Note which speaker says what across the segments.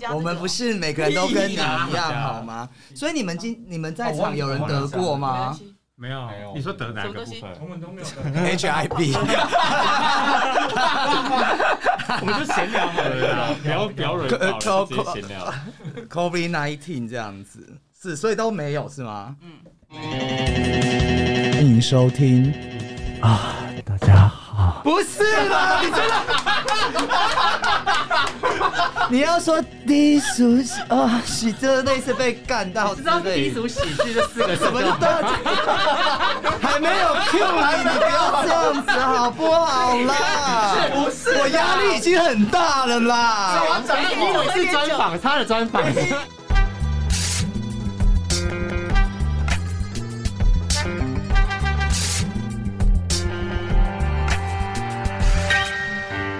Speaker 1: 加这
Speaker 2: 我
Speaker 1: 个
Speaker 2: 们不是每个人都跟你一
Speaker 3: 屁
Speaker 2: 样
Speaker 3: 啦
Speaker 2: 好吗？所以你们今你们在场有人得过
Speaker 1: 没关
Speaker 2: 吗
Speaker 1: 系
Speaker 4: 没有
Speaker 3: 没有
Speaker 4: 你说得哪
Speaker 1: 什么
Speaker 4: 个部
Speaker 1: 东西
Speaker 4: 分？
Speaker 5: 我们都没有得到。
Speaker 2: ？HIV
Speaker 3: 我们就闲聊好了啦，啊不要不要惹
Speaker 2: 呃
Speaker 3: 到了，直接闲聊。
Speaker 2: COVID nineteen 这样子是，所以都没有是吗？
Speaker 1: 嗯，
Speaker 2: 欢迎收听啊，大家好。不是 啦，你真的，你要说低俗喜啊，喜就是类似被干到之
Speaker 3: 知道
Speaker 2: 类的。
Speaker 3: 低俗喜剧这四个字
Speaker 2: 什么叫大 家？还没有 Q 你，你不要这样子好不好啦？ 不是，我压力已经很大了啦。
Speaker 3: 哎你以为是专访，他的专访。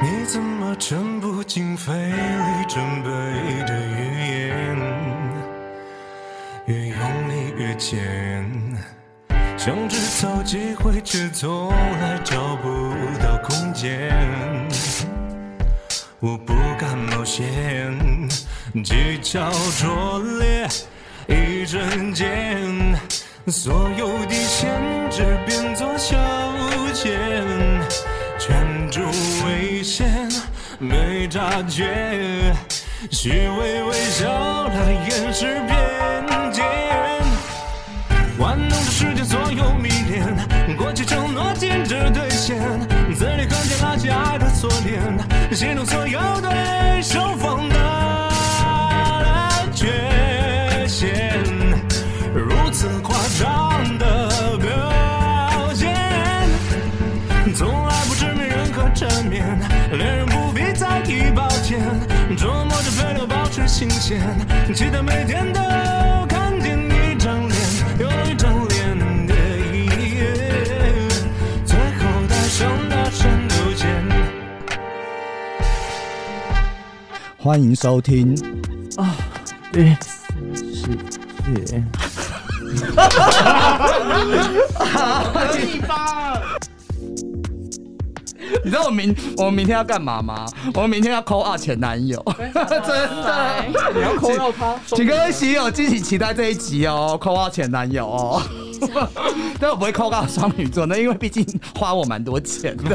Speaker 6: 你怎么全部经费里准备的语言，越用力越浅，想制造机会，却从来找不到空间。我不敢冒险，技巧拙劣，一瞬间，所有底线只变作消遣，圈住危险，没察觉，虚伪微笑来掩饰偏见。玩弄着世界所有迷恋，过去承诺禁止兑现，字里行间拉起爱的锁链，心中所有对手放大的缺陷，如此夸张的表现。从来不知名人和缠绵，恋人不必再提抱歉，琢磨着飞流保持新鲜，期待每天都看见一张脸又一张脸的一夜，最后戴上那扇柳箭。
Speaker 2: 欢迎收听哦
Speaker 1: 合理吧？
Speaker 2: 你知道我明我们明天要干嘛吗？我们明天要 call out 前男友， 真的。
Speaker 3: 你要扣到他，
Speaker 2: 请各位喜友敬请期待这一集哦，call out 前男友哦。 但我不会 call 到双鱼座，那因为毕竟花我蛮多钱的。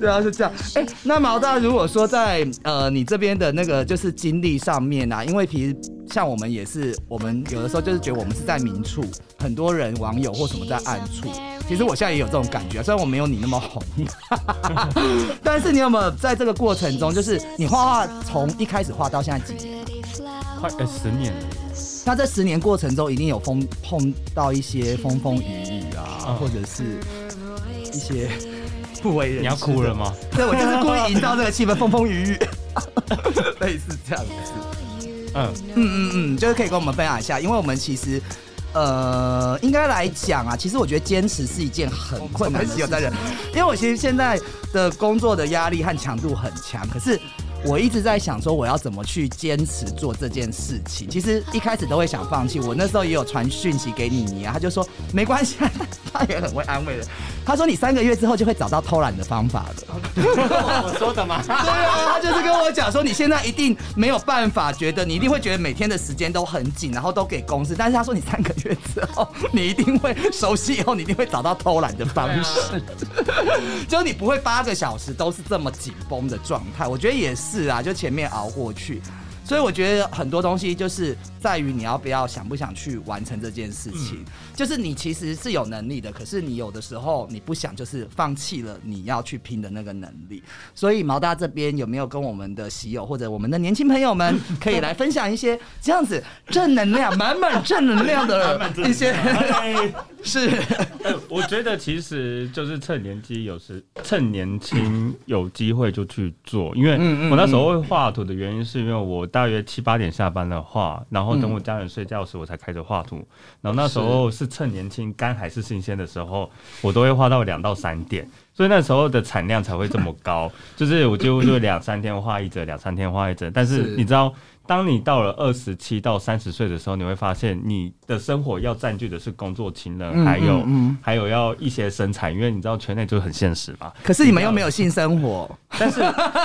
Speaker 2: 对啊，是这样。哎、那毛大，如果说在呃你这边的那个就是经历上面啊，因为其实像我们也是，我们有的时候就是觉得我们是在明处，很多人网友或什么在暗处。其实我现在也有这种感觉啊，虽然我没有你那么红， 但是你有没有在这个过程中，就是你画画从一开始画到现在几年？
Speaker 3: 快呃十年了，
Speaker 2: 那这十年过程中，一定有风碰到一些风风雨雨啊，
Speaker 3: 嗯
Speaker 2: 或者是一些不为人知。
Speaker 3: 你要哭了？吗？
Speaker 2: 对，我就是故意营造这个气氛，风风雨雨，类似这样子。
Speaker 3: 嗯，
Speaker 2: 嗯嗯嗯，就是可以跟我们分享一下，因为我们其实。呃，应该来讲啊，其实我觉得坚持是一件很困难的事情，有在人，因为我其实现在的工作的压力和强度很强，可是我一直在想说我要怎么去坚持做这件事情。其实一开始都会想放弃，我那时候也有传讯息给你妮啊，他就说没关系，他也很会安慰人，他说你三个月之后就会找到偷懒的方法的。
Speaker 3: 我说的嘛。
Speaker 2: 对啊，他就是跟我讲说，你现在一定没有办法，觉得你一定会觉得每天的时间都很紧，然后都给公司。但是他说，你三个月之后，你一定会熟悉以后，你一定会找到偷懒的方式，就是你不会八个小时都是这么紧绷的状态。我觉得也是啊，就前面熬过去。所以我觉得很多东西就是在于你要不要想不想去完成这件事情，就是你其实是有能力的，可是你有的时候你不想，就是放弃了你要去拼的那个能力。所以毛大这边有没有跟我们的喜友或者我们的年轻朋友们可以来分享一些这样子正能量、满满正能量的一些
Speaker 3: 哎
Speaker 2: 是
Speaker 3: 呃，我觉得其实就是趁年纪，有时趁年轻有机会就去做，因为
Speaker 2: 嗯嗯
Speaker 3: 我那时候会画图的原因，是因为我大约七八点下班了画，然后等我家人睡觉时，我才开始画图。然后那时候是趁年轻肝还是新鲜的时候，我都会画到两到三点。所以那时候的产量才会这么高。 就是我几乎就两三天画一折，两三天画一折。但是
Speaker 2: 是
Speaker 3: 你知道，当你到了二十七到三十岁的时候，你会发现你的生活要占据的是工作、情
Speaker 2: 嗯
Speaker 3: 人，还有、还有要一些生产，因为你知道圈内就很现实 嘛。
Speaker 2: 可是你们又没有性生活，
Speaker 3: 但是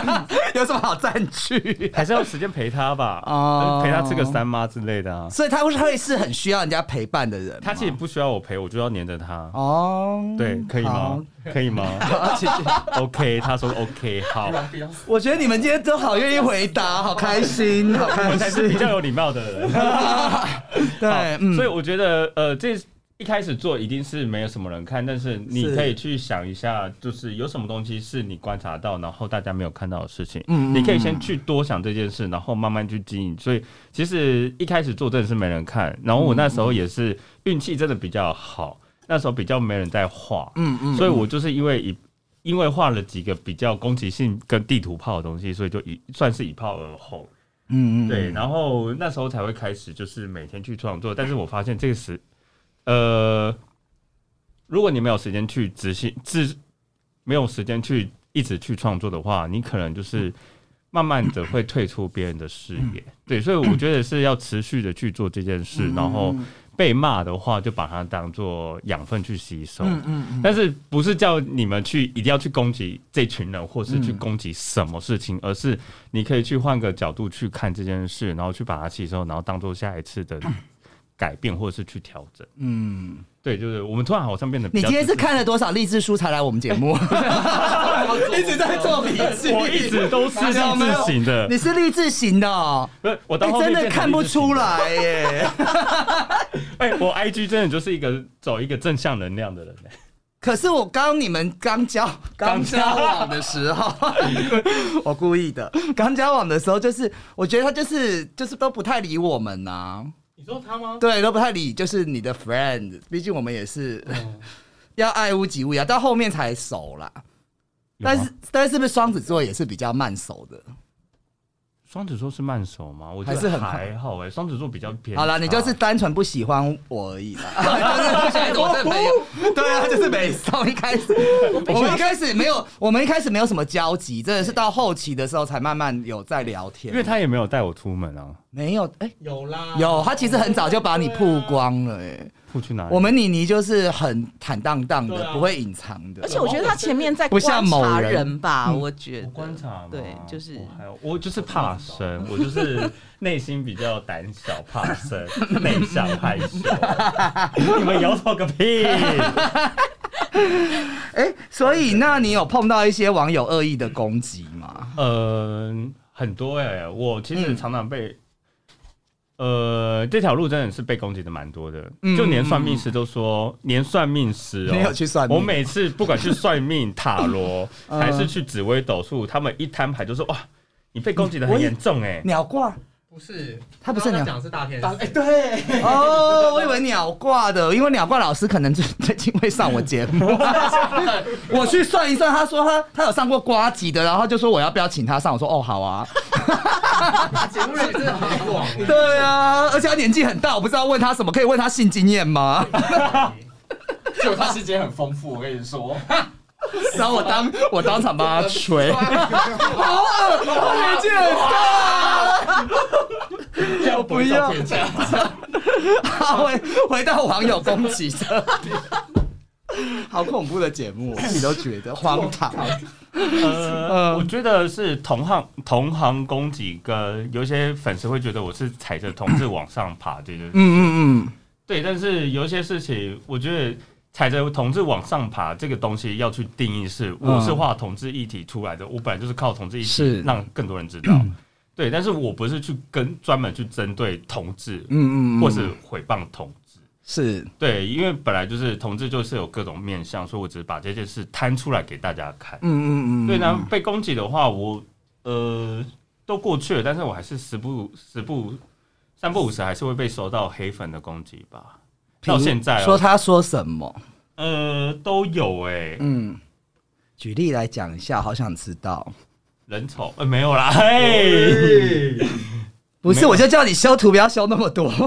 Speaker 2: 有什么好占据？
Speaker 3: 还是要有时间陪他吧，呃
Speaker 2: 哦
Speaker 3: 陪他吃个三妈之类的啊。
Speaker 2: 所以他会是很需要人家陪伴的人。
Speaker 3: 他其实不需要我陪，我就要黏着他。
Speaker 2: 哦，
Speaker 3: 对，可以吗？可以吗 ？OK，他说 OK，好，
Speaker 2: 我觉得你们今天都好愿意回答，好开心， 好
Speaker 3: 我
Speaker 2: 开
Speaker 3: 才是比
Speaker 2: 心。
Speaker 3: 较有礼貌的人。
Speaker 2: 对
Speaker 3: 好，
Speaker 2: 嗯，
Speaker 3: 所以我觉得呃，这一开始做一定是没有什么人看，但是你
Speaker 2: 是
Speaker 3: 可以去想一下，就是有什么东西是你观察到，然后大家没有看到的事情，
Speaker 2: 嗯嗯
Speaker 3: 你可以先去多想这件事，然后慢慢去经营。所以其实一开始做真的是没人看，然后我那时候也是运气真的比较好，那时候比较没人在画，
Speaker 2: 嗯嗯，
Speaker 3: 所以我就是因为一。因为画了几个比较攻击性跟地图炮的东西，所以就一算是一炮而红。
Speaker 2: 嗯嗯，
Speaker 3: 对，然后那时候才会开始，就是每天去创作。但是我发现这个时，呃，如果你没有时间去执行，自没有时间去一直去创作的话，你可能就是慢慢的会退出别人的视野。
Speaker 2: 嗯
Speaker 3: 对，所以我觉得是要持续的去做这件事，然后被骂的话就把它当做养分去吸收。
Speaker 2: 嗯嗯嗯，
Speaker 3: 但是不是叫你们去一定要去攻击这群人，或是去攻击什么事情，而是你可以去换个角度去看这件事，然后去把它吸收，然后当做下一次的改变或是去调整。嗯，对，就是我们突然好像变得比
Speaker 2: 你
Speaker 3: 较
Speaker 2: 今天是
Speaker 3: 自私
Speaker 2: 看了多少励志书才来我们节目？ 一直在做笔记，
Speaker 3: 我一直都是
Speaker 2: 有
Speaker 3: 励
Speaker 2: 没有
Speaker 3: 志型的
Speaker 2: 你是励志型的哦，
Speaker 3: 不是我到
Speaker 2: 哎，
Speaker 3: 后面
Speaker 2: 真的
Speaker 3: 变成
Speaker 2: 看不
Speaker 3: 励志型
Speaker 2: 出
Speaker 3: 的。
Speaker 2: 来耶。
Speaker 3: 哎、我 IG 真的就是一个走一个正向能量的人、欸
Speaker 2: 可是我刚你们刚交刚
Speaker 3: 刚交
Speaker 2: 交往的时候， 我故意的。刚交往的时候，就是我觉得他就是就是都不太理我们呐、啊
Speaker 3: 你说他吗？
Speaker 2: 对，都不太理，就是你的 friend，毕竟我们也是、 要爱屋及乌呀，到后面才熟啦。但是但是是不是双子座也是比较慢熟的？
Speaker 3: 双子座是慢手吗？我觉
Speaker 2: 还是
Speaker 3: 得
Speaker 2: 很快
Speaker 3: 还好哎、双子座比较偏。
Speaker 2: 好啦，你就是单纯不喜欢我而已 啦，就是不喜欢我这朋友。对 啊，就是北宋一开始，我们一开始没有，我们一开始没有什么交集，真的是到后期的时候才慢慢有在聊天。
Speaker 3: 因为他也没有带我出门啊，
Speaker 2: 没有，哎、
Speaker 1: 有啦，
Speaker 2: 有他其实很早就把你曝光了、哎、
Speaker 3: 不去哪里？
Speaker 2: 我们妮妮就是很坦荡荡的，
Speaker 1: 对啊
Speaker 2: 不会隐藏的
Speaker 4: 而。且我觉得他前面在
Speaker 2: 不像
Speaker 4: 观
Speaker 2: 某
Speaker 4: 察
Speaker 2: 人嗯
Speaker 4: 人吧，我觉得
Speaker 3: 我观察嘛
Speaker 4: 对，就是
Speaker 3: 我还有我就是怕生，我就是内心比较胆小、怕生、 内向、害羞。 你们摇头个 屁！
Speaker 2: 哎、所以那你有碰到一些网友恶意的攻击吗？
Speaker 3: 嗯、很多哎、我其实常常被。
Speaker 4: 嗯
Speaker 3: 呃，这条路真的是被攻击的蛮多的，就连算命师都说，连算命师哦、
Speaker 2: 没有去算命
Speaker 3: 我每次不管去算命、塔 罗，
Speaker 4: 嗯
Speaker 3: 还是去紫微斗数，他们一摊牌就说哇，你被攻击的
Speaker 4: 嗯
Speaker 3: 很严重哎、
Speaker 2: 鸟挂
Speaker 1: 不是，
Speaker 2: 他不是
Speaker 1: 刚
Speaker 2: 鸟
Speaker 1: 刚讲的是大天使，
Speaker 2: 哎对啊哦，我以为鸟挂的，因为鸟挂老师可能最最近会上我节目。我去算一算，他说他他有上过瓜吉的，然后就说我要不要请他上，我说哦好啊。
Speaker 1: 节目人真的很广，欸
Speaker 2: 对啊，而且他年纪很大，我不知道问他什么，可以问他性经验吗？
Speaker 5: 就他世界很丰富，我跟你说。
Speaker 2: 然后我当我当场帮他吹，好恶，他年纪很大。
Speaker 3: 要
Speaker 2: 不要？好，回回到网友攻击这里，好恐怖的节目，我自己都觉得荒唐。
Speaker 3: 呃，我觉得是同行同行攻击，跟有一些粉丝会觉得我是踩着同志往上爬，对对
Speaker 2: 嗯
Speaker 3: 对
Speaker 2: 嗯嗯，
Speaker 3: 对。但是有一些事情，我觉得踩着同志往上爬这个东西要去定义是，我是画同志议题出来的，我本来就是靠同志议
Speaker 2: 嗯是嗯
Speaker 3: 题让更多人知道。对，但是我不是去跟专门去针对同志，
Speaker 2: 嗯嗯嗯
Speaker 3: 或是毁谤同志。
Speaker 2: 是
Speaker 3: 对，因为本来就是同志就是有各种面向，所以我只是把这件事摊出来给大家看。
Speaker 2: 嗯嗯嗯，
Speaker 3: 对，那被攻击的话，我呃都过去了，但是我还是时不时不三不五时还是会被收到黑粉的攻击吧。到现在、
Speaker 2: 说
Speaker 3: 哦，
Speaker 2: 他说什么？
Speaker 3: 呃都有哎、
Speaker 2: 嗯，举例来讲一下，好想知道。
Speaker 3: 人丑呃没有啦，嘿，
Speaker 2: 不是，
Speaker 3: 没有
Speaker 2: 我就叫你修图，不要修那么多。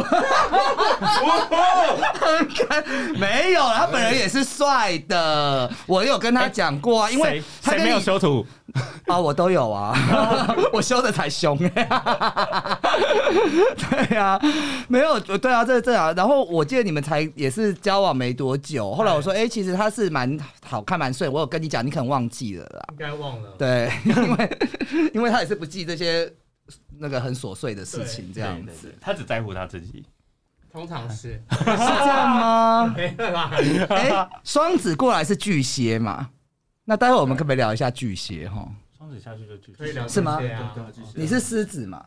Speaker 2: 没有啦，他本人也是帅的，我有跟他讲过 啊，因为
Speaker 3: 谁
Speaker 2: 他
Speaker 3: 谁
Speaker 2: 跟
Speaker 3: 没有
Speaker 2: 你
Speaker 3: 修图？
Speaker 2: 啊，我都有啊， 我修的才凶、 欸。对啊，没有，对啊，这这啊，然后我记得你们才也是交往没多久，后来我说，哎、其实他是蛮好看、蛮帅，我有跟你讲，你可能忘记了啦。
Speaker 1: 应该忘了。
Speaker 2: 对，因为因为他也是不记这些那个很琐碎的事情，这
Speaker 3: 对
Speaker 2: 样
Speaker 3: 对对，他只在乎他自己。
Speaker 1: 通常是
Speaker 2: 是这样吗？
Speaker 1: 没了啦。
Speaker 2: 哎、双子过来是巨蟹嘛？那待会我们可不可以聊一下巨蟹哈？
Speaker 3: 双子下去就去，
Speaker 1: 可以聊
Speaker 2: 是吗
Speaker 1: 这些啊
Speaker 2: 你是狮子嘛？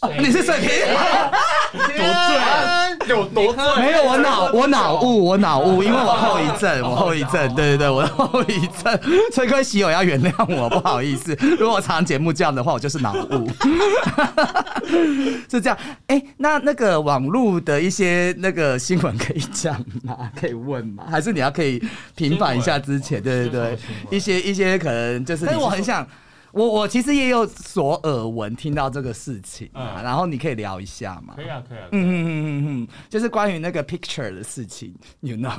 Speaker 2: 哦
Speaker 1: 水，瓶
Speaker 2: 你是水瓶。
Speaker 1: 天哎有多醉
Speaker 2: 没有，我脑我脑雾，我脑雾，因为我后遗症，我后遗症，对对对，我的后遗症，崔哥喜友要原谅我，不好意思，如果我常节目这样的话，我就是脑雾， 是这样。哎、那那个网络的一些那个新闻可以讲吗？可以问吗？还是你要可以平反一下之前？对对对，一些一些可能就是，但是我很想。我我其实也有所耳闻，听到这个事情啊，
Speaker 3: 嗯
Speaker 2: 然后你可以聊一下吗？
Speaker 3: 可以啊，可以啊。
Speaker 2: 嗯嗯嗯嗯，嗯，就是关于那个 picture 的事情，you know，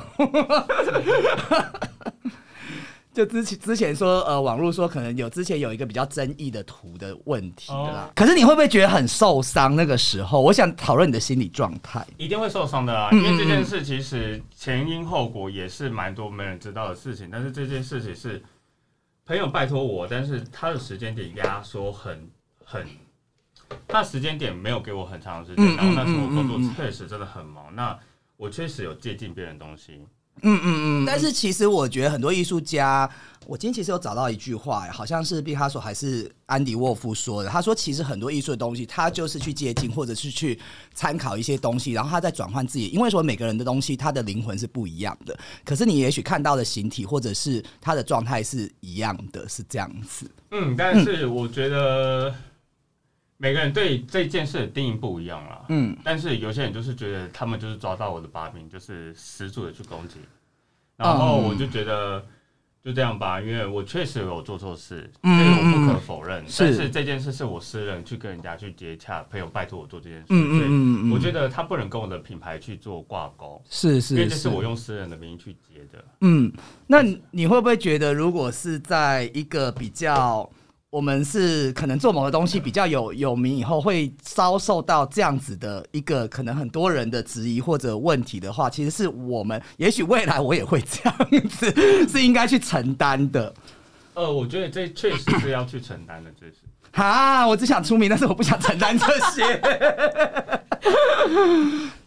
Speaker 2: 就之前之前说呃，网络说可能有之前有一个比较争议的图的问题啦。可是你会不会觉得很受伤？那个时候，我想讨论你的心理状态。
Speaker 3: 一定会受伤的啊啦，因为这件事嗯其实前因后果也是蛮多没人知道的事情，但是这件事情是朋友拜托我，但是他的时间点压缩很很，他的时间点没有给我很长的时
Speaker 2: 嗯
Speaker 3: 间，然后那时候我
Speaker 2: 嗯嗯
Speaker 3: 工作
Speaker 2: 嗯嗯
Speaker 3: 确实真的很忙，那我确实有借鉴别人的东西，
Speaker 2: 嗯嗯嗯。但是其实我觉得很多艺术家，我今天其实有找到一句话，好像是毕卡索还是安迪沃夫说的。他说，其实很多艺术的东西，他就是去接近或者是去参考一些东西，然后他再转换自己。因为说每个人的东西，他的灵魂是不一样的，可是你也许看到的形体或者是他的状态是一样的，是这样子。
Speaker 3: 嗯，但是我觉得每个人对这件事的定义不一样啦，
Speaker 2: 嗯，
Speaker 3: 但是有些人就是觉得他们就是抓到我的把柄，就是十足的去攻击，然后我就觉得就这样吧，因为我确实有做错事，这
Speaker 2: 嗯
Speaker 3: 个我不可否认。
Speaker 2: 是
Speaker 3: 但是这件事是我私人去跟人家去接洽，朋友拜托我做这件事，
Speaker 2: 嗯嗯嗯嗯
Speaker 3: 所以我觉得他不能跟我的品牌去做挂钩，
Speaker 2: 是
Speaker 3: 因为
Speaker 2: 是
Speaker 3: 这是我用私人的名义去接的。
Speaker 2: 嗯，那你你会不会觉得，如果是在一个比较，我们是可能做某个东西比较有有名以后，会遭受到这样子的一个可能很多人的质疑或者问题的话，其实是我们，也许未来我也会这样子， 是应该去承担的。
Speaker 3: 呃，我觉得这确实是要去承担的，这是。
Speaker 2: 哈，我只想出名，但是我不想承担这些。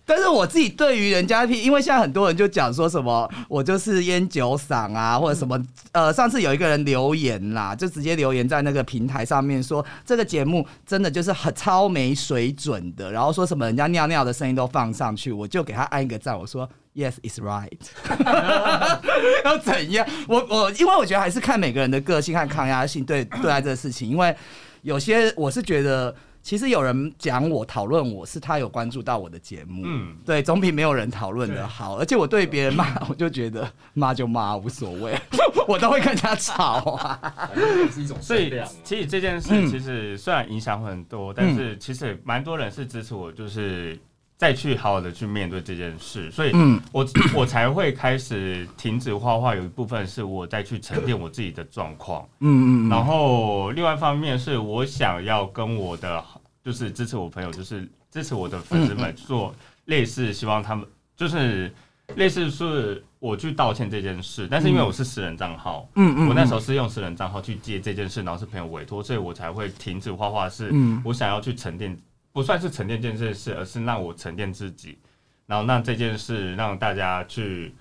Speaker 2: 但是我自己对于人家批，因为现在很多人就讲说什么我就是烟酒嗓啊，或者什么呃，上次有一个人留言啦，就直接留言在那个平台上面说这个节目真的就是很超没水准的，然后说什么人家尿尿的声音都放上去，我就给他按一个赞，我说 Yes, it's right。要怎样？我我因为我觉得还是看每个人的个性和抗压性对对待这个事情，因为有些我是觉得。其实有人讲我讨论我是他有关注到我的节目，嗯
Speaker 3: 嗯，
Speaker 2: 对，总比没有人讨论的好。而且我对别人骂，我就觉得骂就骂无所谓， 我都会跟人家吵啊。
Speaker 5: 是一种
Speaker 3: 所以
Speaker 5: 量。
Speaker 3: 其实这件
Speaker 2: 嗯
Speaker 3: 事其实虽然影响会很多，但是其实蛮多人是支持我，就是再去好好的去面对这件事，所以
Speaker 2: 嗯
Speaker 3: 我我才会开始停止画画，有一部分是我再去沉淀我自己的状况，
Speaker 2: 嗯嗯嗯，
Speaker 3: 然后另外一方面是我想要跟我的就是支持我朋友，就是支持我的粉丝
Speaker 2: 嗯
Speaker 3: 们做类似，希望他们就是类似是我去道歉这件事，但是因为我是私人账号，
Speaker 2: 嗯嗯嗯
Speaker 3: 我那时候是用私人账号去接这件事，然后是朋友委托，所以我才会停止画画，是
Speaker 2: 嗯
Speaker 3: 我想要去沉淀，不算是沉淀这件事，而是让我沉淀自己，然后让这件事让大家去。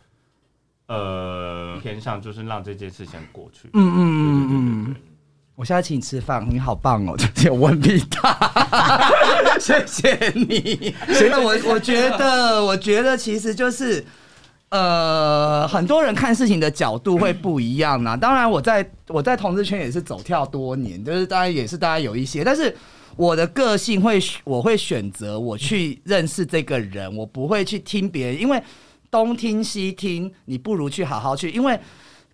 Speaker 3: 呃，偏向就是让这件事先过去。嗯嗯嗯嗯
Speaker 2: 我现在请你吃饭，你好棒哦， 就是有问必答， 谢谢你。那我我觉得，我觉得其实就是。呃，很多人看事情的角度会不一样啦。当然，我在我在同志圈也是走跳多年，就是当然也是大家有一些，但是我的个性会，我会选择我去认识这个人，我不会去听别人，因为东听西听，你不如去好好去，因为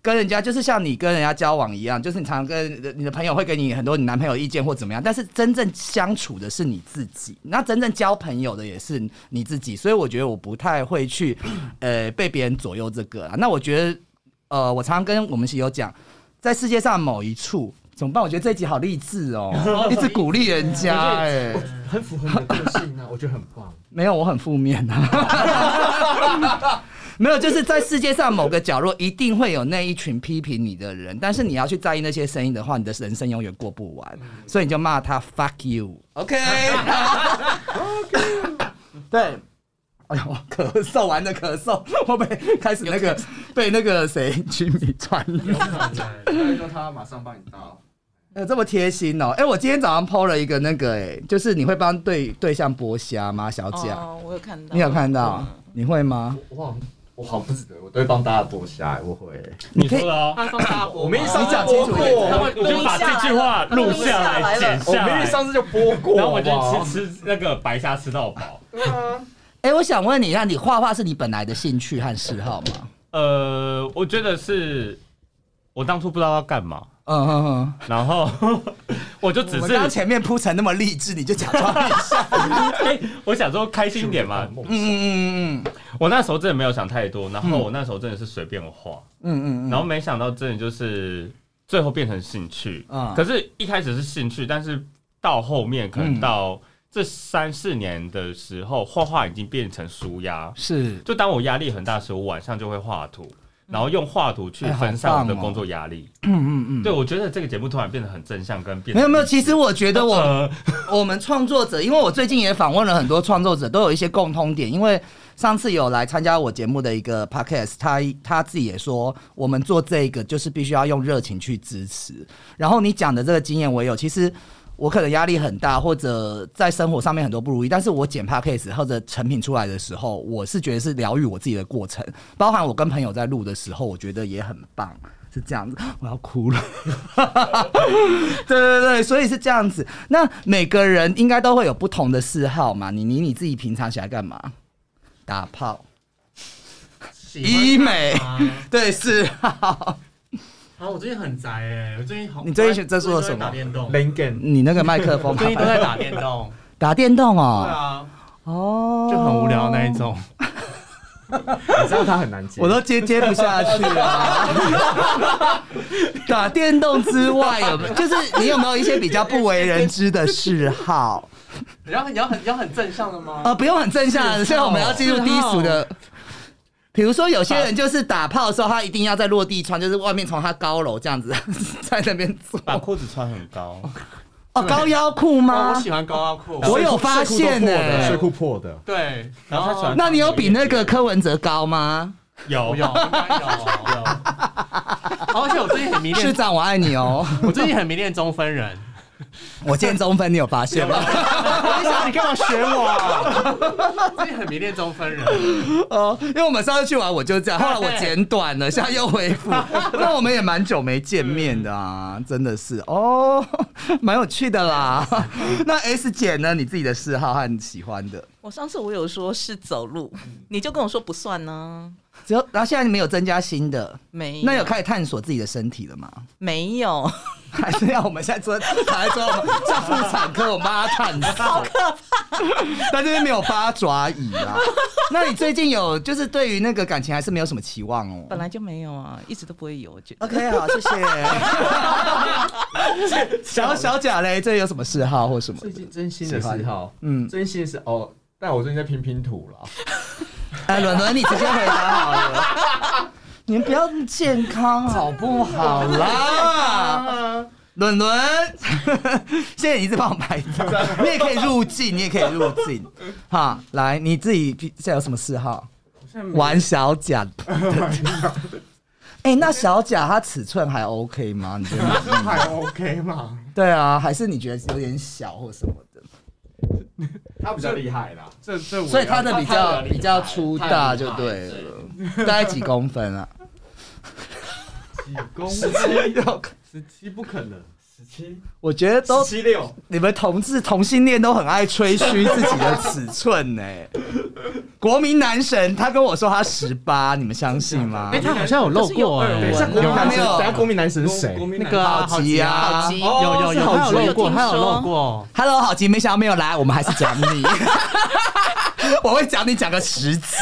Speaker 2: 跟人家就是像你跟人家交往一样，就是你常常跟呃你的朋友会给你很多你男朋友意见或怎么样，但是真正相处的是你自己，那真正交朋友的也是你自己，所以我觉得我不太会去呃被别人左右这个啊。那我觉得呃，我常常跟我们喜友讲，在世界上某一处。怎么办？我觉得这一集好励志哦，一直鼓励人家哎、
Speaker 1: 很符合你的个性啊，我觉得很棒。
Speaker 2: 没有，我很负面啊。 没有，就是在世界上某个角落，一定会有那一群批评你的人，但是你要去在意那些声音的话，你的人生永远过不完，所以你就骂他 “fuck you”，OK？对， 哎呦，咳嗽完了，咳嗽，我被开始那个被那个谁居民传染。
Speaker 5: 所以说哎他马上帮你倒。
Speaker 2: 呃，这么贴心哦！哎、我今天早上 PO 了一个那个、哎，就是你会帮对对象剥虾吗，小姐？
Speaker 4: 哦，我有看到，
Speaker 2: 你有看到？你会吗？
Speaker 1: 我好像
Speaker 5: 我好不值得，我都会帮大家剥虾，我会。
Speaker 2: 你可以
Speaker 3: 说的哦，
Speaker 1: 他放大波，我
Speaker 5: 我明天上
Speaker 2: 你
Speaker 5: 次
Speaker 2: 讲
Speaker 5: 剥
Speaker 2: 清楚一点
Speaker 5: 过，
Speaker 3: 我就把这句话录下来、剪
Speaker 5: 我
Speaker 3: 下
Speaker 5: 明
Speaker 3: 来
Speaker 5: 天，上次就剥过，
Speaker 3: 然后我
Speaker 5: 好不好
Speaker 3: 就吃吃那个白虾吃到饱。
Speaker 2: 哎、我想问你一下，你画画是你本来的兴趣和嗜好吗？
Speaker 3: 呃，我觉得是我当初不知道要干嘛，
Speaker 2: 嗯嗯嗯。
Speaker 3: 然后我就只
Speaker 2: 我们
Speaker 3: 是
Speaker 2: 刚前面铺成那么励志，你就假装一下。
Speaker 3: 哎、我想说开心一点嘛。
Speaker 2: 嗯嗯嗯
Speaker 3: 我那时候真的没有想太多，然后我那时候真的是随便画，
Speaker 2: 嗯嗯嗯
Speaker 3: 然后没想到真的就是最后变成兴趣。
Speaker 2: 嗯
Speaker 3: 可是一开始是兴趣，但是到后面可
Speaker 2: 嗯
Speaker 3: 能到这三四年的时候，画画已经变成舒压。
Speaker 2: 是。
Speaker 3: 就当我压力很大的时候，我晚上就会画图，然后用画图去
Speaker 2: 哎好
Speaker 3: 分散我的
Speaker 2: 嗯棒哦
Speaker 3: 工作压力。
Speaker 2: 嗯嗯
Speaker 3: 对，我觉得这个节目突然变得很正向，跟
Speaker 2: 嗯。
Speaker 3: 变
Speaker 2: 没
Speaker 3: 得
Speaker 2: 有没有，其实我觉得我
Speaker 3: 呃
Speaker 2: 我们创作者，因为我最近也访问了很多创作者，都有一些共通点。因为上次有来参加我节目的一个 podcast，他他自己也说，我们做这个就是必须要用热情去支持。然后你讲的这个经验我也有，其实。我可能压力很大，或者在生活上面很多不如意，但是我剪 podcast 或者成品出来的时候，我是觉得是疗愈我自己的过程，包含我跟朋友在录的时候，我觉得也很棒，是这样子。我要哭了。 对对对，所以是这样子。那每个人应该都会有不同的嗜好嘛？你你你自己平常喜欢干嘛？打炮、医美，对是 好。
Speaker 1: 啊好，我最近很宅哎，我最近好。
Speaker 2: 你最近在做什么
Speaker 1: 我最近都在打电动，
Speaker 5: Lincoln
Speaker 2: 你那个麦克风
Speaker 1: 我最近都在打 电动。
Speaker 2: 打电动
Speaker 1: 对
Speaker 2: 哦，
Speaker 1: 啊，
Speaker 2: 哦，
Speaker 1: 就很无聊那一种。
Speaker 5: 你知道他很难接
Speaker 2: 我都接接不下 去啊！打电动之外，有没有就是你有没有一些比较不为人知的嗜好？
Speaker 1: 你要很你要很你要很正向的吗？
Speaker 5: 啊
Speaker 2: 呃，不用很正向，现在我们要进入低俗的。比如说，有些人就是打炮的时候，他一定要在落地窗，就是外面从他高楼这样子 在那边做。
Speaker 3: 把裤子穿很高，
Speaker 2: 哦，高腰裤
Speaker 1: 哦我
Speaker 2: 吗
Speaker 1: 喜？欢高腰裤。
Speaker 2: 我有发现呢、
Speaker 5: 睡裤破的，
Speaker 1: 对，
Speaker 3: 然
Speaker 1: 然
Speaker 3: 后他喜欢
Speaker 1: 后
Speaker 2: 那你有比那个柯文哲高吗？
Speaker 3: 有
Speaker 1: 有有应该有 有。而且我最近很迷
Speaker 2: 市
Speaker 1: 恋，
Speaker 2: 长，我爱你哦！
Speaker 1: 我最近很迷恋中 分人。
Speaker 2: 我今天中分，你有发现吗？
Speaker 1: 我想你干嘛学我？最近很迷恋中分人，
Speaker 2: 哦，因为我们上次去玩我就这样，后来我剪短了，现在又恢复。那我们也蛮久没见面的啊，真的是哦， 蛮有趣的啦。那 S 姐呢？你自己的嗜好和你喜欢的，
Speaker 4: 我上次我有说是走路，
Speaker 3: 嗯
Speaker 4: 你就跟我说不算呢，
Speaker 2: 只有啊然后现在你没有增加新的，
Speaker 4: 没
Speaker 2: 那有开始探索自己的身体了吗？
Speaker 4: 没有，
Speaker 2: 还是要我们现在坐躺在桌上像妇产科，我妈探索， 好可怕。 但这边没有八爪椅 啦。那你最近有就是对于那个感情还是没有什么期望哦？
Speaker 4: 本来就没有啊，一直都不会有，我觉得。
Speaker 2: OK，好，谢谢。 小小贾嘞，这有什么嗜好或什么
Speaker 5: 最
Speaker 2: 的？
Speaker 5: 近真心的
Speaker 2: 喜
Speaker 5: 嗜好，
Speaker 2: 嗯
Speaker 5: 嗯，真心的是哦，但我最近在拼拼图了。
Speaker 2: 哎，伦伦，你直接回答好了。 你们不要健康啊好不好啦？伦伦，谢谢你一直帮我拍照，你也可以入镜，你也可以入镜。哈，来，你自己现在有什么嗜好？玩小贾。 哎、那小贾他尺寸还 OK 吗？你觉得？
Speaker 5: 还 OK 嘛？
Speaker 2: 对啊，还是你觉得有点小或什么的？
Speaker 5: 他比较厉害啦，
Speaker 1: 这这我
Speaker 2: 所以他的比较
Speaker 5: 他的
Speaker 2: 比较粗大就对了，大概几公分啊？
Speaker 5: 几公分十七不可能，十七
Speaker 2: 我觉得都
Speaker 5: 十七六，
Speaker 2: 你们同志同性恋都很爱吹嘘自己的尺寸呢、 国民男神他跟我说他十八，你们相信 吗
Speaker 1: 哎，？他好像有露过哎，
Speaker 7: 等一下，国民男神，等一下国民男神是谁？
Speaker 1: 那个啊
Speaker 2: 好吉啊
Speaker 4: 好吉
Speaker 1: 有有有，他有
Speaker 4: 哦是好
Speaker 1: 露过，
Speaker 4: 吉
Speaker 1: 他有露过。
Speaker 2: Hello，好吉，没想到没有来，我们还是讲你。 我会讲你讲个十集，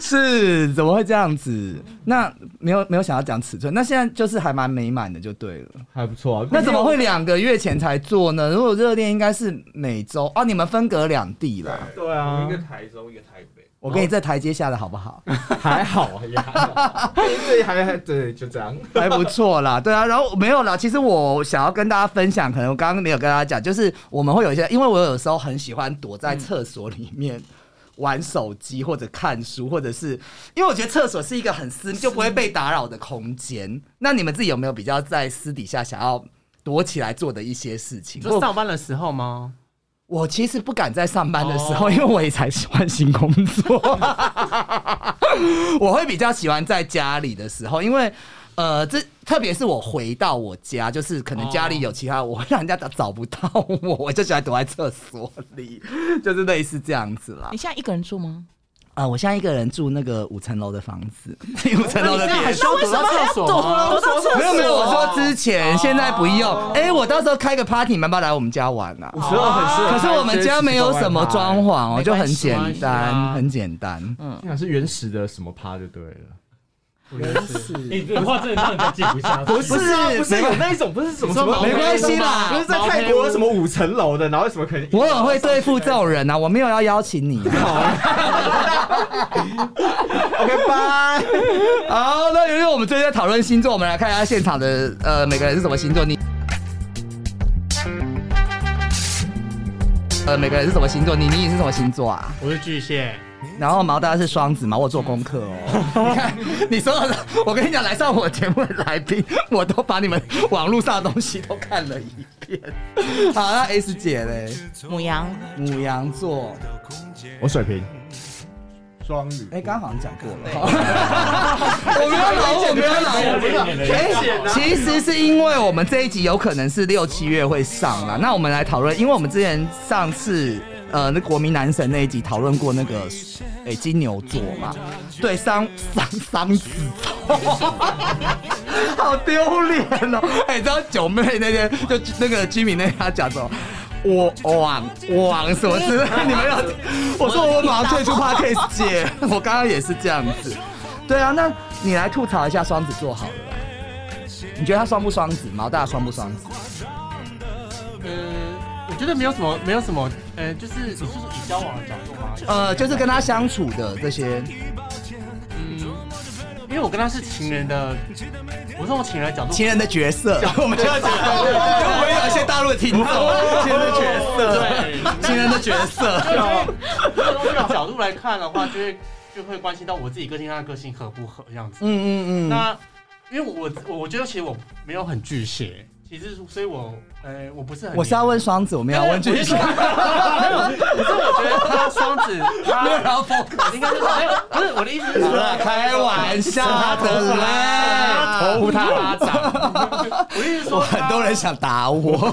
Speaker 2: 是怎么会这样子？那没有没有想要讲尺寸，那现在就是还蛮美满的就对了。
Speaker 7: 还不错啊。
Speaker 2: 那怎么会两个月前才做呢？如果热恋应该是每周哦，你们分隔两地啦。
Speaker 7: 对啊
Speaker 5: 一，个台中，一个台北。
Speaker 2: 我给你这台阶下的好不好？
Speaker 7: 还好呀，对，还还对，就这样。
Speaker 2: 还不错啦，对啊，然后没有啦。其实我想要跟大家分享，可能我刚刚没有跟大家讲，就是我们会有一些，因为我有时候很喜欢躲在厕所里面。玩手机或者看书，或者是因为我觉得厕所是一个很私密就不会被打扰的空间。那你们自己有没有比较在私底下想要躲起来做的一些事情？
Speaker 1: 你
Speaker 2: 或
Speaker 1: 说上班的时候吗？
Speaker 2: 我其实不敢在上班的时候，因为我也才喜欢新工作， 我会比较喜欢在家里的时候，因为。呃，这特别是我回到我家，就是可能家里有其他，我会让人家找找不到我，我就喜欢躲在厕所里，就是类似这样子啦
Speaker 4: 你。现在一个人住吗？
Speaker 2: 啊、我现在一个人住那个五层楼的房子，五层楼的别墅。
Speaker 1: 需要躲到厕所吗？
Speaker 4: 躲到厕所？
Speaker 2: 没有没有，我说之前，现在不用。哎、我到时候开个 party，你们要不要来我们家玩啊？
Speaker 7: 五十二很适合。
Speaker 2: 可是我们家没有什么装潢，哦，
Speaker 4: 没
Speaker 2: 就很
Speaker 4: 关系嗯
Speaker 2: 简
Speaker 1: 没关系
Speaker 2: 单，
Speaker 1: 啊
Speaker 2: 很简单。
Speaker 7: 潢，是原始的什么趴就对了。
Speaker 5: 你这话真的让人家记不下。
Speaker 7: 不是啊，不是
Speaker 2: 没关
Speaker 7: 有那一种，不是什么什
Speaker 1: 你说
Speaker 7: 么，
Speaker 1: 毛
Speaker 2: 没关系啦
Speaker 7: 不是在泰国有什么五层楼的，然后什么可能
Speaker 2: 我很会对付这种人啊，我没有要邀 请你、啊。
Speaker 7: ，OK 拜。
Speaker 2: 好，那由于我们最近在讨论星座，我们来看一下现场的呃每个人是什么星座。你呃每个人是什么星座？你你是什么星座啊？
Speaker 1: 我是巨蟹，
Speaker 2: 然后毛大家是双子嘛，我做功课哦。你 看，你所有的，我跟你讲，来上我节目的来宾，我都把你们网络上的东西都看了一遍。 好，那 S 姐嘞，
Speaker 4: 母羊，
Speaker 2: 母羊座，
Speaker 7: 我水平，
Speaker 6: 双语
Speaker 2: 哎、刚刚好像讲过了。 我没有老，我没有老，我没有老。哎，其实是因为我们这一集有可能是六七月会上啊啦。那我们来讨论，因为我们之前上次呃那国民男神那一集讨论过那个哎、金牛座嘛，对桑桑桑子座。好丢脸哦！哎、你知道九妹那天就那个居民那天她讲什么？我网网什么之类， 你们要听？我说我马上退出 Parkes 姐，我刚刚也是这样子。对啊，那你来吐槽一下双子座好了。你觉得他双不双子？毛大双不双子？
Speaker 1: 嗯，我觉得没有什么，没有什么，呃，就是你是说以交往的角度吗？
Speaker 2: 呃，就是跟他相处的这些，
Speaker 1: 嗯，因为我跟他是情人的，我是从情人的角度，
Speaker 2: 情人的角 色，我们就要讲，因为我们有一些大陆的听众， 情人的角色，情人的角色，
Speaker 1: 从这个角度来看的话，就会就会关心到我自己个性，他的个性合不合这样子。
Speaker 2: 嗯嗯嗯，
Speaker 1: 那因为我我我觉得其实我没有很巨蟹，其实所以我呃我不是很
Speaker 2: 我是要问双子，我们要问巨蟹。
Speaker 1: 可是我觉得他双子，
Speaker 2: 没有
Speaker 1: 他
Speaker 2: 然后疯
Speaker 1: 应该是没有，不是我的意思是
Speaker 2: 好了，
Speaker 1: 说。
Speaker 2: 开玩笑的啦，
Speaker 1: 头他拉掌，我的意思是说，
Speaker 2: 很多人想打我。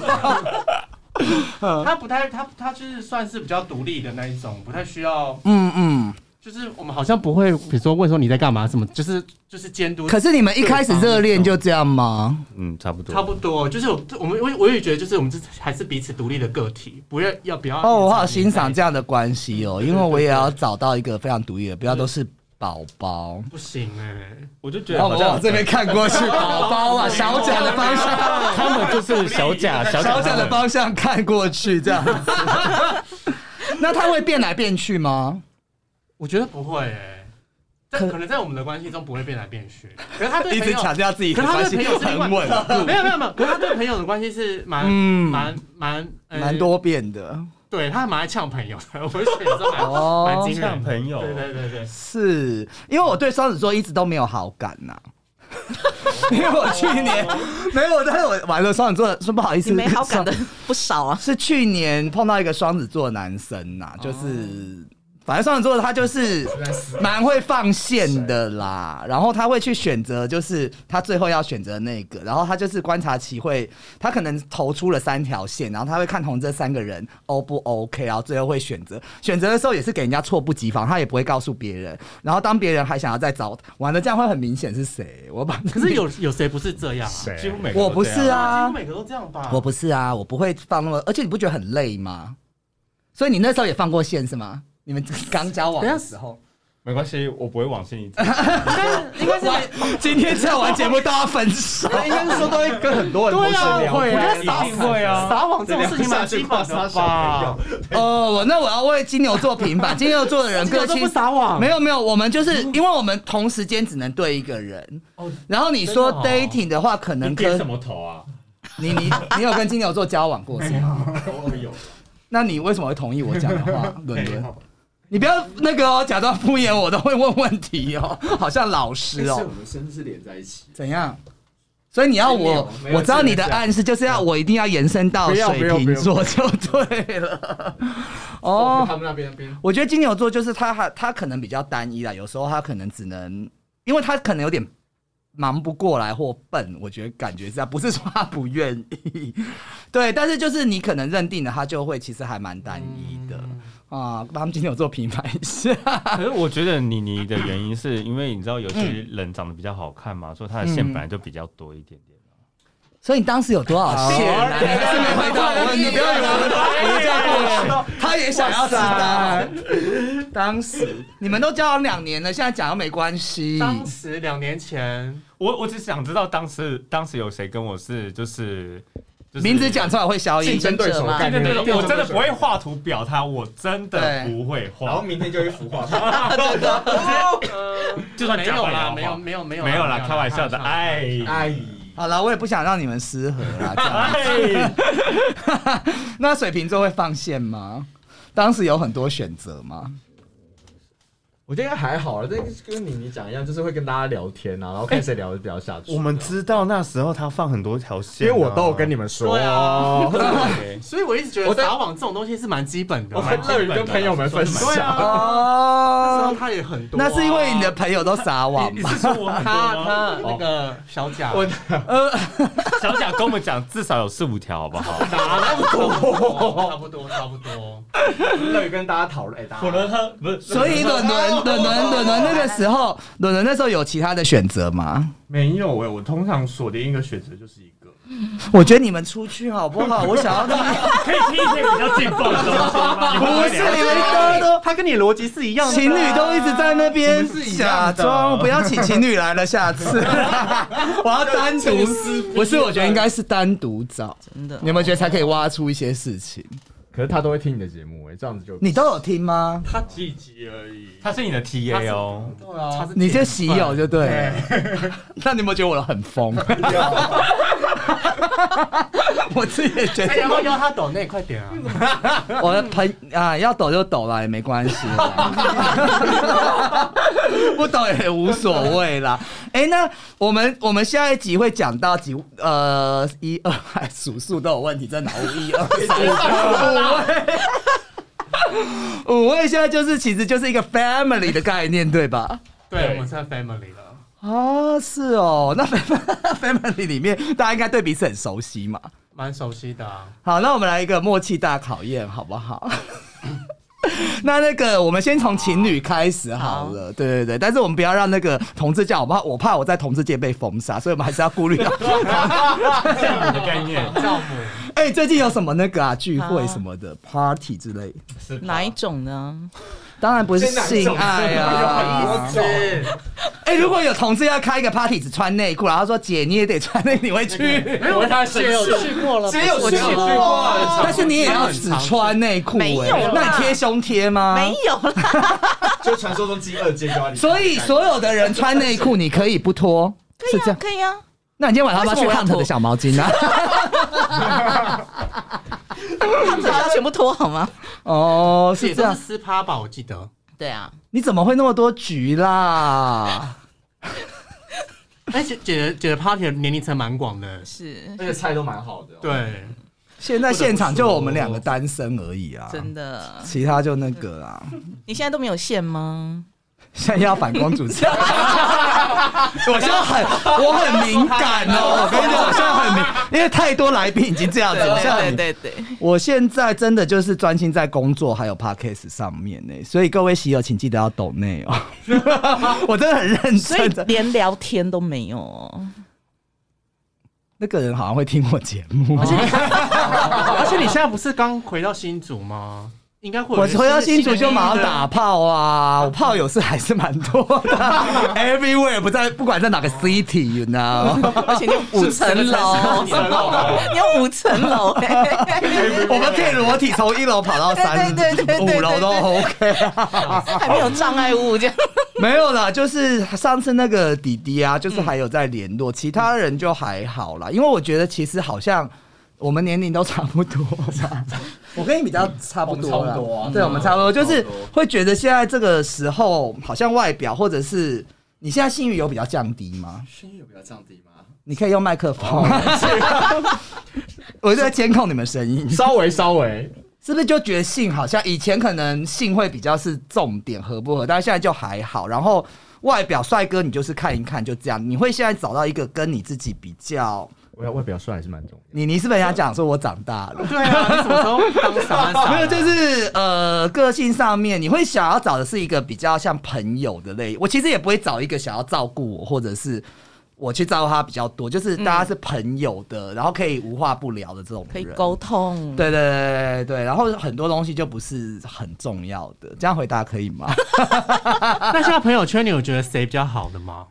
Speaker 1: 他不太，他他就是算是比较独立的那一种，不太需要，
Speaker 2: 嗯嗯，
Speaker 1: 就是我们好像不会，比如说问说你在干嘛什么，就是就是监督。
Speaker 2: 可是你们一开始热恋就这样吗？
Speaker 3: 嗯，差不多，
Speaker 1: 差不多，就是我我们我我也觉得，就是我们这还是彼此独立的个体，不要要不要
Speaker 2: 哦，我好欣赏这样的关系哦，
Speaker 1: 对对
Speaker 2: 因为我也要找到一个非常独立的，不要都是宝宝。
Speaker 1: 不行哎、
Speaker 3: 哦我就觉
Speaker 2: 然后
Speaker 3: 得
Speaker 2: 我
Speaker 3: 好
Speaker 2: 们往
Speaker 3: 像
Speaker 2: 这边看过去， 宝宝啊，小贾的方 向，
Speaker 3: 他们就是小贾， 小
Speaker 2: 小
Speaker 3: 贾
Speaker 2: 贾的方向看过去这样子。 那他会变来变去吗？
Speaker 1: 我觉得不会哎、在可能在我们的关系中不会变来变去，可是他对
Speaker 2: 一
Speaker 1: 朋
Speaker 2: 直
Speaker 1: 友，
Speaker 2: 强调自己
Speaker 1: 可
Speaker 2: 的
Speaker 1: 是他
Speaker 2: 关系
Speaker 1: 对朋友是另
Speaker 2: 很
Speaker 1: 外
Speaker 2: 稳，
Speaker 1: 没有没有没有，可是他对朋友的关系是蛮
Speaker 2: 嗯
Speaker 1: 蛮蛮呃
Speaker 2: 蛮多变的。
Speaker 1: 对他蛮爱呛朋友的，我觉得这蛮
Speaker 2: 哦
Speaker 1: 蛮惊
Speaker 3: 像
Speaker 1: 人的。
Speaker 3: 朋友，
Speaker 1: 对对对对，
Speaker 2: 是因为我对双子座一直都没有好感呐、 因为我去年没有，但是我玩了双子座，说不好意
Speaker 4: 哦
Speaker 2: 思，
Speaker 4: 你没好感的
Speaker 2: 双
Speaker 4: 不少啊。
Speaker 1: 哦
Speaker 2: 是去年碰到一个双子座的男生呐、就是。反正双子座他就是蛮会放线的啦，然后他会去选择，就是他最后要选择那个，然后他就是观察期会，他可能投出了三条线，然后他会看同这三个人 O 不 OK，然后最后会选择。选择的时候也是给人家猝不及防，他也不会告诉别人。然后当别人还想要再找，玩的这样会很明显是谁，我把
Speaker 1: 可是有有谁不是这样啊？
Speaker 3: 几乎每个
Speaker 2: 我不
Speaker 3: 都这样
Speaker 2: 是啊
Speaker 1: 几乎，每个都这样吧？
Speaker 2: 我不是啊，我不会放那么，而且你不觉得很累吗？所以你那时候也放过线是吗？你们刚交往的时候。
Speaker 3: 没关系，我不会往心里走。
Speaker 1: 应该是每
Speaker 2: 今天这样玩节目，大家分手。
Speaker 7: 应该是说都会跟很多人同
Speaker 1: 对啊
Speaker 7: 时聊
Speaker 1: 会
Speaker 7: 天，
Speaker 1: 啊
Speaker 7: 一定会啊
Speaker 1: 撒网这种事情蛮基本的吧？
Speaker 2: 哦，我那我要为金牛座平 反，金牛座的人
Speaker 1: 金
Speaker 2: 个
Speaker 1: 牛座
Speaker 2: 性
Speaker 1: 不撒网
Speaker 2: 没有没有，我们就是因为我们同时间只能对一个人。然后你说
Speaker 1: 真的哦
Speaker 2: dating 的话，可能
Speaker 3: 你点
Speaker 2: 跟
Speaker 3: 什么头啊？
Speaker 2: 你你你有跟金牛座交往过是吗？那你为什么会同意我讲的话，伦伦？你不要那个哦，假装敷衍我，都会问问题哦， 好像老师哦。
Speaker 7: 们甚至是连在一起。
Speaker 2: 怎样？所以你要
Speaker 7: 金牛
Speaker 2: 我，
Speaker 7: 没有
Speaker 2: 我知道
Speaker 7: 这个
Speaker 2: 你的
Speaker 7: 讲
Speaker 2: 暗示就是要我一定要延伸到
Speaker 7: 不要不
Speaker 2: 水
Speaker 7: 要
Speaker 2: 瓶
Speaker 7: 不要
Speaker 2: 座就对了。
Speaker 7: 哦，
Speaker 2: 哦
Speaker 7: 他，们那边那边
Speaker 2: 我觉得金牛座就是他还他可能比较单一啦，有时候他可能只能，因为他可能有点忙不过来或笨，我觉得感觉是这样，不是说他不愿意，对，但是就是你可能认定了他就会，其实还蛮单一的、
Speaker 1: 嗯
Speaker 2: 啊，帮他们金牛座平反一下。
Speaker 3: 可是我觉得你你的原因是因为你知道有些人长得比较好看嘛，所以他的线本来就比较多一点点。
Speaker 2: 所以你当时有多少线、啊？你还是没回答我问题，不要以为我我这样过去，他也想要知道。当时你们都交往两年了，现在讲又没关系。
Speaker 1: 当时两年前，
Speaker 3: 我我只想知道当时当时有谁跟我是就是、就是
Speaker 2: 名字讲出来会消音，
Speaker 7: 竞争对手的
Speaker 2: 嘛
Speaker 7: 概
Speaker 3: 对
Speaker 7: 念，
Speaker 3: 对对，我真的不
Speaker 7: 会。
Speaker 3: 会画图表他，我真的不会
Speaker 7: 然后
Speaker 3: 画。
Speaker 7: 明天就一幅画，他
Speaker 3: 就算
Speaker 1: 没
Speaker 3: 假
Speaker 1: 有
Speaker 3: 版也
Speaker 1: 啦，
Speaker 3: 要
Speaker 1: 没有
Speaker 3: 画
Speaker 1: 没有没有
Speaker 3: 没有啦，开玩笑的。
Speaker 1: 开玩
Speaker 3: 哎
Speaker 7: 哎，
Speaker 2: 好了，我也不想让你们失和 啦。这样
Speaker 3: 哎，
Speaker 2: 那水瓶座会放线吗？当时有很多选择吗？
Speaker 7: 我觉得应该还好了，这个跟妮妮讲一样，就是会跟大家聊天啊，然后看谁聊得比较下去。
Speaker 6: 我们知道那时候他放很多条线、啊
Speaker 7: 因为我都有跟你
Speaker 6: 们，
Speaker 7: 们说，
Speaker 1: 对啊
Speaker 3: 对
Speaker 1: 所以我一直觉得
Speaker 7: 我在
Speaker 1: 撒网这种东西是蛮基本的
Speaker 7: 我
Speaker 1: 嘛。
Speaker 7: 很乐于跟朋友们分
Speaker 1: 对
Speaker 7: 享。
Speaker 1: 啊，然后
Speaker 2: 哦，
Speaker 1: 他也很多啊。
Speaker 2: 那是因为你的朋友都撒网
Speaker 3: 你
Speaker 2: 吧？
Speaker 3: 是说我很多
Speaker 1: 他
Speaker 3: 吗？
Speaker 1: 他那个小贾，
Speaker 7: 我
Speaker 3: 小贾跟我们讲，至少有四五条，好不 好？
Speaker 1: 哪那么多？差不多差不多。
Speaker 7: 乐于跟大家讨论，哎，大
Speaker 3: 我
Speaker 7: 家
Speaker 3: 伦他不是，
Speaker 2: 所以伦 伦 伦伦伦伦那个时候，伦伦那时候有其他的选择吗？
Speaker 6: 没有哎、我通常锁定一个选择就是一个，
Speaker 2: 我觉得你们出去好不好？我想要跟你，
Speaker 3: 可以听一些比较劲爆的东西吗？
Speaker 2: 不是你们大家都
Speaker 1: 他跟你逻辑是一样的啊，
Speaker 2: 情侣都一直在那 边
Speaker 1: 是一
Speaker 2: 假
Speaker 1: 样的
Speaker 2: 装，不要请情侣来了，下 次我要单独，不是，我觉得应该是单独找，
Speaker 4: 真的
Speaker 2: 你有没有觉得才可以挖出一些事情？
Speaker 7: 可是他都会听你的节目，哎，这样子就
Speaker 2: 你都有听吗？
Speaker 1: 他几集而已。
Speaker 3: 他是你的 TA 哦，
Speaker 1: 对啊，
Speaker 2: 你这 喜友就对了。 那你有没有觉得我的很疯？ 我自己也觉
Speaker 1: 哎，然
Speaker 2: 得，
Speaker 1: 后要他抖那快点啊！
Speaker 2: 我的朋啊，要抖就抖啦，也没关系 啦，不抖也无所谓啦。哎、那我们我们下一集会讲到几呃一二，还数数都有问题，在脑雾一二三四五位，五位现在就是其实就是一个 family 的概念，对吧？
Speaker 1: 对，我们现在 family 了。
Speaker 2: 哦，是哦， 那 family 里面大家应该对彼此很熟悉嘛。
Speaker 1: 蛮熟悉的、啊。
Speaker 2: 好，那我们来一个默契大考验，好不好？ 那那个，我们先从情侣开始好了，对对对，但是我们不要让那个同志叫我怕，我怕我在同志界被封杀，所以我们还是要顾虑到。
Speaker 3: 你的概念
Speaker 1: 教母，
Speaker 2: 哎、最近有什么那个啊聚会什么的、party 之类的，
Speaker 3: 是吧
Speaker 4: 哪一种呢？
Speaker 2: 当然不是性爱啊。哎、如果有同志要开一个 party 只穿内裤，然后说姐你也得穿内，你会去？
Speaker 1: 没有他也有去过了，
Speaker 7: 谁有
Speaker 4: 我
Speaker 7: 去
Speaker 4: 去过
Speaker 7: 过？
Speaker 2: 啊但是你也要只穿内裤、哎
Speaker 4: 没有啦
Speaker 2: 那你贴胸贴吗？
Speaker 4: 没有啦，
Speaker 7: 就传说中饥饿街交你，
Speaker 2: 所以所有的人穿内裤，你可以不脱，是这
Speaker 4: 可以啊可以
Speaker 2: 样。
Speaker 4: 啊。
Speaker 2: 那你今天晚上要不要去
Speaker 4: 为什么我要
Speaker 2: 看我的
Speaker 4: 脱
Speaker 2: 小毛巾啊？
Speaker 4: 他只要全部脱好吗？
Speaker 2: 哦，
Speaker 1: 是
Speaker 2: 是这
Speaker 1: 这
Speaker 2: 样
Speaker 1: 是。私趴吧？我记得
Speaker 4: 对啊，
Speaker 2: 你怎么会那么多局啦？
Speaker 1: 哎，姐姐姐姐 party 的年龄层蛮广的，
Speaker 4: 是
Speaker 7: 那个菜都蛮好的。，哦
Speaker 1: 对，
Speaker 2: 现在现场就我们两个单身而已啊，
Speaker 4: 真的。
Speaker 2: 其他就那个啦。
Speaker 4: 你现在都没有线吗？
Speaker 2: 现在要反光主持人，我现在很我很敏感哦，我跟你讲，我现在很敏，因为太多来宾已经这样子，我现在很
Speaker 4: 对
Speaker 2: 敏
Speaker 4: 对对对，
Speaker 2: 我现在真的就是专心在工作，还有 podcast 上面呢，所以各位喜友请记得要抖内哦。 我真的很 认
Speaker 4: 所以
Speaker 2: 真的，
Speaker 4: 连聊天都没有哦。
Speaker 2: 那个人好像会听我节目，啊
Speaker 4: 哦
Speaker 1: 而且你现在不是刚回到新竹吗？应该会有
Speaker 2: 我
Speaker 1: 人
Speaker 2: 回到新竹
Speaker 1: 的
Speaker 2: 就马上打炮啊！我炮友是还是蛮多 的，everywhere 不在不管在哪个 city，you know，
Speaker 4: 而且你有五层楼，你有五层楼， 哎
Speaker 2: 我们可以裸体从一楼跑到三
Speaker 4: 对对对对对
Speaker 2: 五楼都 OK 啊。
Speaker 4: 还没有障碍物这样。
Speaker 2: 没有啦，就是上次那个弟弟啊，就是还有在联络，其他人就还好啦。因为我觉得其实好像我们年龄都差不多吧， 我跟你比较差不
Speaker 5: 我
Speaker 2: 多啦
Speaker 5: 们差不多啊
Speaker 2: 对，我们差不多，
Speaker 5: 差
Speaker 2: 就
Speaker 5: 不多
Speaker 2: 是会觉得现在这个时候，好像外表或者是你现在性欲有比较降低吗？
Speaker 5: 声音有比较降低吗？
Speaker 2: 你可以用麦克风， 我就在监控你们声音。
Speaker 7: 稍微稍微，
Speaker 2: 是不是就觉得性好像以前可能性会比较是重点合不合，但是现在就还好。然后外表帅哥你就是看一看就这样，你会现在找到一个跟你自己比较。
Speaker 7: 我要外表帅还是蛮重要。
Speaker 2: 你你是不是很想讲说我长大 了？
Speaker 1: 对啊，你什么时候当傻傻？
Speaker 2: 没有，就是呃，个性上面你会想要找的是一个比较像朋友的类。我其实也不会找一个想要照顾我，或者是我去照顾他比较多，就是大家是朋友的，然后可以无话不聊的这种人。
Speaker 4: 可以沟通，
Speaker 2: 对对对对对，然后很多东西就不是很重要的，这样回答可以吗？
Speaker 1: 那现在朋友圈你有觉得谁比较好的吗？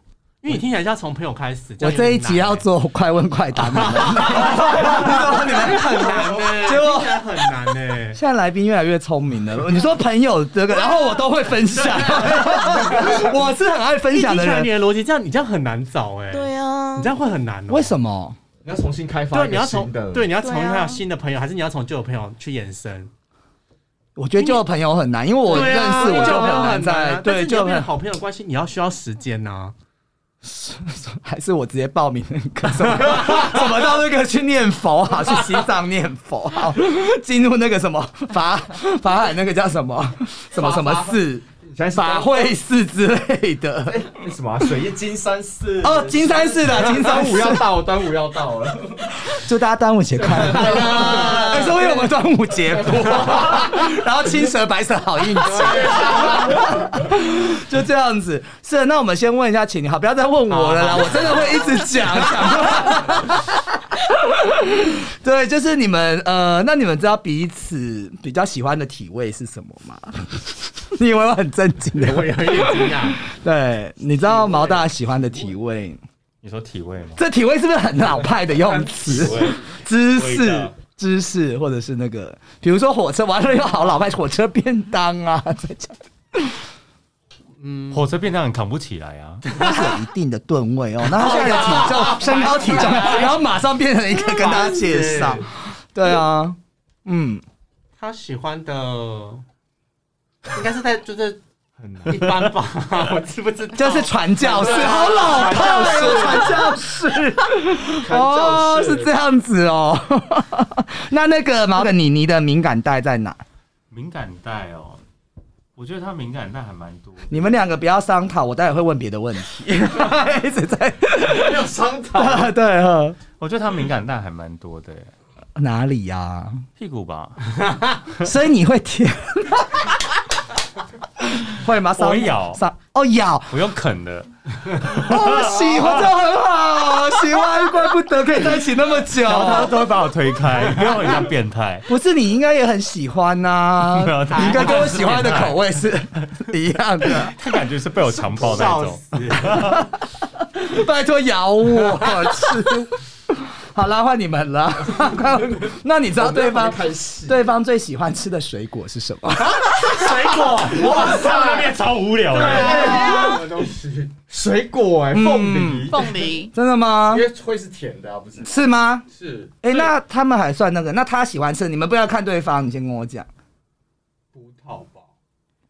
Speaker 1: 因为你听起来要从朋友开始。
Speaker 2: 我这一集要做快问快答，你
Speaker 1: 欸
Speaker 2: 们你们
Speaker 1: 很难呢，
Speaker 2: 结果
Speaker 1: 听起来很难欸呢。
Speaker 2: 现在来宾越来越聪明了。你说朋友这个，然后我都会分享，我是很爱分
Speaker 1: 你
Speaker 2: 享
Speaker 1: 听
Speaker 2: 的
Speaker 1: 起来你
Speaker 2: 人。
Speaker 1: 的逻辑这样，你这样很难找哎。
Speaker 4: 对啊
Speaker 1: 你这，样会很难哦。
Speaker 2: 为什么？
Speaker 7: 你要重新开发
Speaker 1: 对，
Speaker 7: 一
Speaker 1: 你
Speaker 7: 个
Speaker 1: 要
Speaker 7: 新
Speaker 1: 从
Speaker 7: 的，
Speaker 1: 对你要从
Speaker 4: 对啊
Speaker 1: 他有新的朋友，还是你要从旧的朋友去延伸？
Speaker 2: 我觉得旧的朋友很难，因为我认
Speaker 1: 对啊
Speaker 2: 识我
Speaker 1: 旧
Speaker 2: 就
Speaker 1: 的朋友
Speaker 2: 难
Speaker 1: 很难
Speaker 2: 在
Speaker 1: 啊但
Speaker 2: 对
Speaker 1: 是你要
Speaker 2: 旧
Speaker 1: 变
Speaker 2: 朋友，
Speaker 1: 成好朋友的关系，你要需要时间啊呐。
Speaker 2: 还是我直接报名那个什么 什么到那个去念佛啊，去西藏念佛啊，进入那个什么法法海那个叫什么什么什么寺
Speaker 7: 现在是
Speaker 2: 法会寺之类的。
Speaker 7: 哎那什么啊
Speaker 5: 水
Speaker 7: 水
Speaker 5: 一金山寺
Speaker 2: 哦，金山寺的金
Speaker 7: 端
Speaker 2: 山
Speaker 7: 午
Speaker 2: 寺，
Speaker 7: 要到，端午要到了，
Speaker 2: 祝大家端午节快 乐！哎，说因为我们端午节过， 然后青蛇白蛇好应 节，就这样子。是的，那我们先问一下秦你好，不要再问我了啦，我真的会一直讲讲 不完。对，就是你们呃，那你们知道彼此比较喜欢的体味是什么吗？你以为我很正经的问？
Speaker 1: 很惊讶，
Speaker 2: 对，你知道毛大喜欢的体味，
Speaker 3: 你说体味吗？
Speaker 2: 这体味是不是很老派的用词？芝
Speaker 3: 味
Speaker 2: 士
Speaker 3: 道、
Speaker 2: 芝士，或者是那个，比如说火车，完了又好老派火车便当啊，这讲
Speaker 3: 火车便当很扛不起来啊！
Speaker 2: 它是有一定的吨位 哦。那他现在的体重、 身高、体重，然后马上变成一个跟大家介 绍，对啊，嗯，
Speaker 1: 他喜欢的应该是在就是
Speaker 7: 很难。
Speaker 1: 一般吧，我知不知道？
Speaker 2: 就是 传教士，好老派哦，传教士，哦，是这样子哦。 那那个毛的妮妮的敏感带在哪？
Speaker 3: 敏感带哦，我觉得他敏感带还蛮多的。
Speaker 2: 你们两个不要商讨，我待会会问别的问题， 一直在
Speaker 5: 没有商讨，
Speaker 2: 对 对。呵
Speaker 3: 我觉得他敏感带还蛮多的耶，
Speaker 2: 哪里呀、
Speaker 3: 屁股吧，
Speaker 2: 所以你会舔？ 会吗？
Speaker 3: 我咬
Speaker 2: 上哦咬，
Speaker 3: 我用啃的。
Speaker 2: 哦喜欢就很好，喜欢怪不得可以在一起那么久。
Speaker 3: 然后他都会把我推开， 因为我很像变态。
Speaker 2: 不是你应该也很喜欢 呐、
Speaker 3: 没有
Speaker 2: 你应该跟我喜欢的口味是一样 的。
Speaker 3: 他感觉是被我强暴那种。
Speaker 2: 拜托咬我吃。好啦， 换你们了。那你知道对方
Speaker 5: 开始
Speaker 2: 对方最喜欢吃的水果是什么？
Speaker 1: 水果，
Speaker 3: 哇塞，那边超无聊的。嗯
Speaker 5: 什么东西？
Speaker 7: 水果哎，凤梨，
Speaker 4: 凤梨
Speaker 2: 真的吗
Speaker 5: 因？为会是甜的啊，不是？
Speaker 2: 是吗？
Speaker 5: 是
Speaker 2: 哎、那他们还算那个？那他喜欢吃？你们不要看对方，你先跟我讲。
Speaker 5: 葡萄 吧？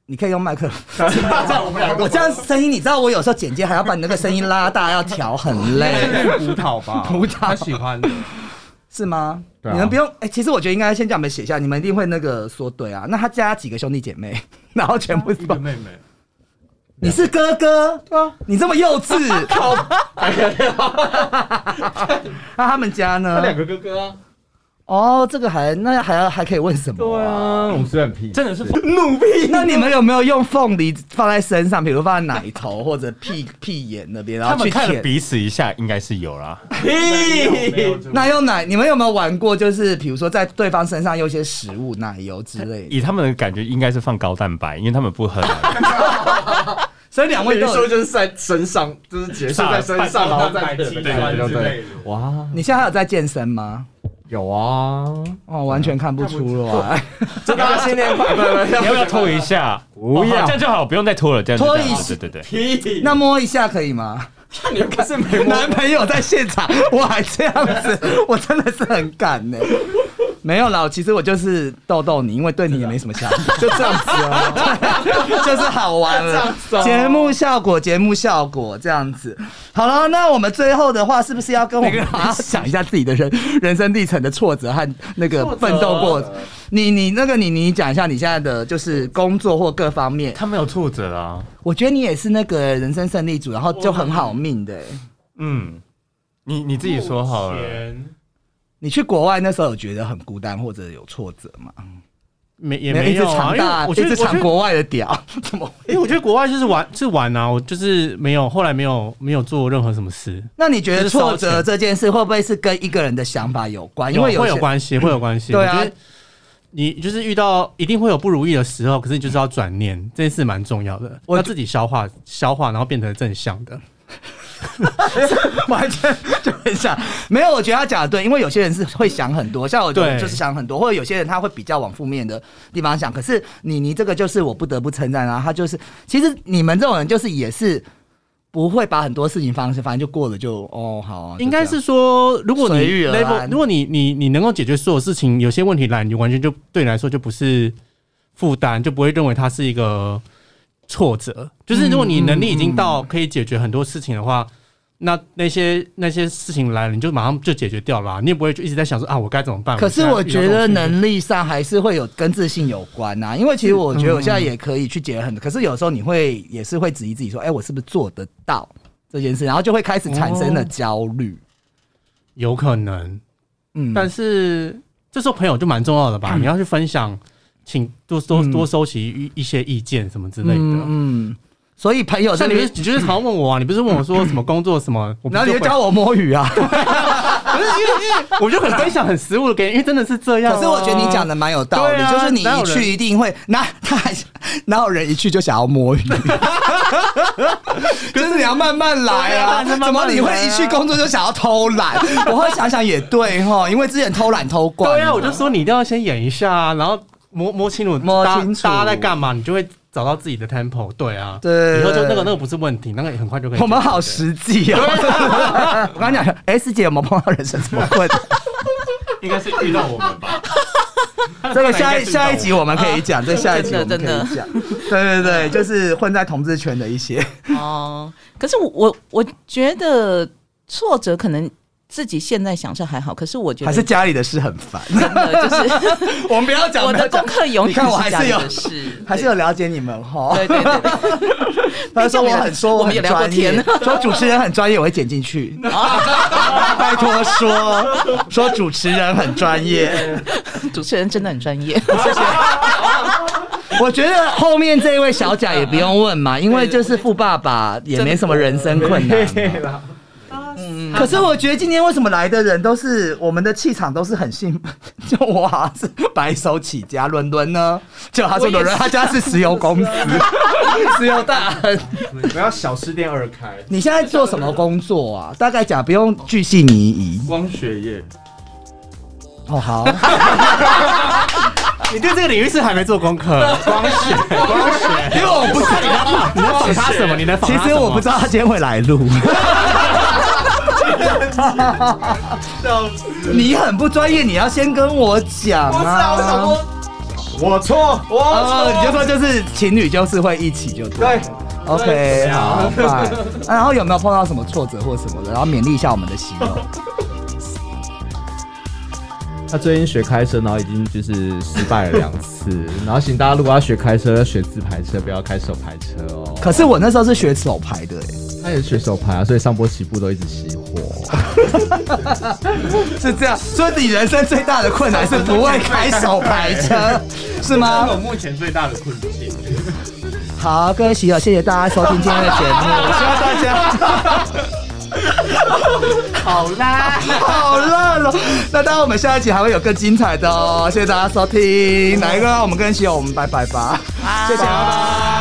Speaker 2: 你可以用麦克风，
Speaker 5: 这样我们两个
Speaker 2: 我这样声音，你知道我有时候剪接还要把你那个声音拉大，要调很累。
Speaker 1: 葡萄吧，
Speaker 2: 葡萄
Speaker 1: 他喜欢的，
Speaker 2: 是吗？
Speaker 7: 对啊
Speaker 2: 你们不用，哎、其实我觉得应该先叫你们写下，你们一定会那个说对啊。那他家几个兄弟姐妹， 然后全部
Speaker 1: 一个妹妹，
Speaker 2: 你是哥哥，对
Speaker 7: 哦
Speaker 2: 啊，你这么幼稚， 那他们家
Speaker 7: 他
Speaker 2: 呢？
Speaker 7: 两个哥哥啊，
Speaker 2: 哦，这个还那还还可以问什么、啊？
Speaker 3: 嗯
Speaker 7: 啊，我们是很屁，
Speaker 3: 真的是
Speaker 2: 努力。 那你们有没有用凤梨放在身上，比如放在奶头或者屁屁眼那边，然
Speaker 3: 他
Speaker 2: 后
Speaker 3: 们
Speaker 2: 去
Speaker 3: 看了
Speaker 2: 舔？
Speaker 3: 彼此一下，应该是有啦。
Speaker 2: 那用奶，你们有没有玩过？就是比如说在对方身上用一些食物、奶油之类 的，
Speaker 3: 以他们的感觉，应该是放高蛋白，因为他们不 喝奶。
Speaker 2: 所以两位
Speaker 7: 等于
Speaker 2: 都有
Speaker 7: 说就是在身上，就是结束在身上，然后再
Speaker 5: 对对对对，
Speaker 7: 哇，
Speaker 2: 你现在还有在健身吗？
Speaker 7: 有啊，
Speaker 2: 哦，完全看不出来，
Speaker 7: 这大家新年快乐！
Speaker 3: 你要不要拖一下？
Speaker 7: 不要
Speaker 3: 哦这样就好，不用再拖了。这样就
Speaker 2: 拖
Speaker 3: 这样
Speaker 2: 一
Speaker 3: 子
Speaker 2: 下
Speaker 3: 对对对，
Speaker 7: 屁，
Speaker 2: 那摸一下可以吗？
Speaker 7: 你又不是没有
Speaker 2: 男朋友在现 场，我还这样子，我真的是很敢呢、没有啦，其实我就是逗逗你，因为对你也没什么想法， 就这样子啊，对 就是好玩了。节目效果，节目效果这样子。好了，那我们最后的话，是不是要跟我们 好好讲一下自己的人人生历程的挫折和那个奋斗过？你你那个你你讲一下你现在的就是工作或各方面，
Speaker 3: 他们有挫折啊。
Speaker 2: 我觉得你也是那个人生胜利组，然后就很好命的欸、
Speaker 3: 嗯，你你自己说好了。
Speaker 5: 钱
Speaker 2: 你去国外那时候有觉得很孤单或者有挫折吗？
Speaker 1: 没也
Speaker 2: 有
Speaker 1: 没
Speaker 2: 一直
Speaker 1: 有啊，
Speaker 2: 尝
Speaker 1: 因为
Speaker 2: 大，
Speaker 1: 我
Speaker 2: 一
Speaker 1: 觉得
Speaker 2: 直
Speaker 1: 我觉
Speaker 2: 尝
Speaker 1: 得
Speaker 2: 国外的屌， 怎么？
Speaker 1: 因为我觉得国外就是玩是玩啊，我就是没有后来没有没有做任何什么事，
Speaker 2: 那你觉得挫
Speaker 1: 就是
Speaker 2: 折
Speaker 1: 烧钱
Speaker 2: 这件事会不会是跟一个人的想法有关？因为
Speaker 1: 会
Speaker 2: 些
Speaker 1: 有关系，会有关系。
Speaker 2: 对
Speaker 1: 我
Speaker 2: 啊
Speaker 1: 觉得，你就是遇到一定会有不如意的时候，可是你就是要转念，这件事蛮重要的，
Speaker 2: 我
Speaker 1: 要自己消化消化，然后变成正向的。
Speaker 2: 完全就很想没有。我觉得他讲的对，因为有些人是会想很多，像我就
Speaker 1: 对
Speaker 2: 就是想很多，或者有些人他会比较往负面的地方想。可是妮妮这个就是我不得不称赞啊，他就是其实你们这种人就是也是不会把很多事情放在，反正就过了就哦好啊，就
Speaker 1: 应该
Speaker 2: 这样
Speaker 1: 是说，如果你
Speaker 2: 随遇而安
Speaker 1: level，如果你你你能够解决所有事情，有些问题来，你完全就对你来说就不是负担，就不会认为它是一个挫折。
Speaker 2: 嗯
Speaker 1: 就是如果你能力已经到可以解决很多事情的话，那那些那些事情来了，你就马上就解决掉了啊、你也不会就一直在想说啊，我该怎么办？
Speaker 2: 可是
Speaker 1: 现在
Speaker 2: 我
Speaker 1: 遇到这
Speaker 2: 觉
Speaker 1: 种
Speaker 2: 得
Speaker 1: 事情
Speaker 2: 能力上还是会有跟自信有关呐、因为
Speaker 1: 嗯
Speaker 2: 其实我觉得我现在也可以去解很多，可是有时候你会也是会质疑自己说，哎、我是不是做得到这件事，然后就会开始产生了焦虑。
Speaker 1: 有可能，
Speaker 2: 嗯，
Speaker 1: 但是这时候朋友就蛮重要的吧？你要去分享，请多多多收集一一些意见什么之类的。
Speaker 2: 嗯嗯，所以朋友这
Speaker 1: 像啊你
Speaker 2: 边
Speaker 1: 们，，你就是常常问我啊，你不是问我说什么工作 什么，我不
Speaker 2: 然后
Speaker 1: 是
Speaker 2: 你就
Speaker 1: 会
Speaker 2: 教我摸鱼啊。
Speaker 1: 我就很分享很实物的给你，因为真的是这样 啊、
Speaker 2: 可是我觉得你讲的蛮有道理，
Speaker 1: 对啊
Speaker 2: 就是你
Speaker 1: 哪有
Speaker 2: 一
Speaker 1: 人
Speaker 2: 去一定会，哪他还哪有人一去就想要摸鱼？就是你要慢慢来啊，
Speaker 1: 对啊
Speaker 2: 怎么你会一去工作就想要偷懒？ 我会想想也对哈，因为之前偷懒偷惯了。
Speaker 1: 对啊，我就说你一定要先演一下、啊，然后摸摸清楚，
Speaker 2: 摸
Speaker 1: 大
Speaker 2: 清楚
Speaker 1: 大家在干嘛，你就会找到自己的 tempo。对啊，
Speaker 2: 对
Speaker 1: 以后就那个那个不是问题，那个也很快就可以。
Speaker 2: 我们好，啊实际哦。 我刚讲，S 姐有没有碰到人生这么 困难？
Speaker 5: 应该是遇到我们 吧？
Speaker 2: 这个下一下一集我们可以讲，这下一集我们
Speaker 4: 真
Speaker 2: 可
Speaker 4: 的
Speaker 2: 以讲。对对对，就是混在同志圈的一些，
Speaker 4: 哦，可是我我我觉得挫折可能自己现在想是还好，可是我觉得
Speaker 2: 还是家里的事很烦。
Speaker 4: 真的就是
Speaker 2: 我们不要 讲，
Speaker 4: 我
Speaker 2: 不要
Speaker 4: 的
Speaker 2: 讲
Speaker 4: 功课永
Speaker 2: 你看
Speaker 4: 远
Speaker 2: 我
Speaker 4: 是
Speaker 2: 还
Speaker 4: 家
Speaker 2: 是
Speaker 4: 里
Speaker 2: 有
Speaker 4: 的事，
Speaker 2: 还是有了解你们哈。
Speaker 4: 对对对对，
Speaker 2: 他说我很说
Speaker 4: 我
Speaker 2: 很
Speaker 4: 们也聊过
Speaker 2: 专业
Speaker 4: 天
Speaker 2: 说主持人很专业，我会剪 进去。拜托说说主持人很专业。
Speaker 4: 主持人真的很专业，
Speaker 2: 我觉得后面这一位小贾也不用问嘛，因为就是富爸爸也没什么人生困
Speaker 7: 啊
Speaker 2: 难嘛。嗯可是我觉得今天为什么来的人都是我们的气场都是很兴 奋，就我好像是白手起家，伦伦呢，就他说伦伦他家是石油公司， 石油大亨。
Speaker 7: 不要小吃店二开，
Speaker 2: 你现在做什么工作啊？大概讲，不用巨细靡遗。
Speaker 7: 光学业，
Speaker 2: 哦，好，
Speaker 1: 你对这个领域是还没做功课，光学光 学，
Speaker 2: 因为我不知啊
Speaker 1: 你在仿他什么？你在仿
Speaker 2: 其
Speaker 1: 他
Speaker 2: 实我不知
Speaker 1: 道，
Speaker 2: 道他今天会来 录。你很不专业，你要先跟我讲啊！
Speaker 7: 我错，我
Speaker 3: 啊
Speaker 2: 呃，你就说就是情侣就是会一起就对。
Speaker 7: 对，
Speaker 2: OK，好，拜、那然后有没有碰到什么挫折或什么的？然后勉励一下我们的喜友。
Speaker 7: 他最近学开车，然后已经就是失败了两次。然后请大家如果要学开车，要学自排车，不要开手排车哦。
Speaker 2: 可是我那时候是学手牌的、欸，
Speaker 7: 他也学手排啊，所以上坡起步都一直熄火。
Speaker 2: 是这样，所以你人生最大的困难是不会开手牌车，是 吗
Speaker 5: 这是？我目前最大的困境。
Speaker 2: 好，各位喜友，谢谢大家收听今天的节目，希望大家
Speaker 4: 好啦，
Speaker 2: 好热哦。那当然，我们下一集还会有更精彩的哦，谢谢大家收听。哪一个？我们跟喜友，我们拜拜吧，谢谢，拜拜。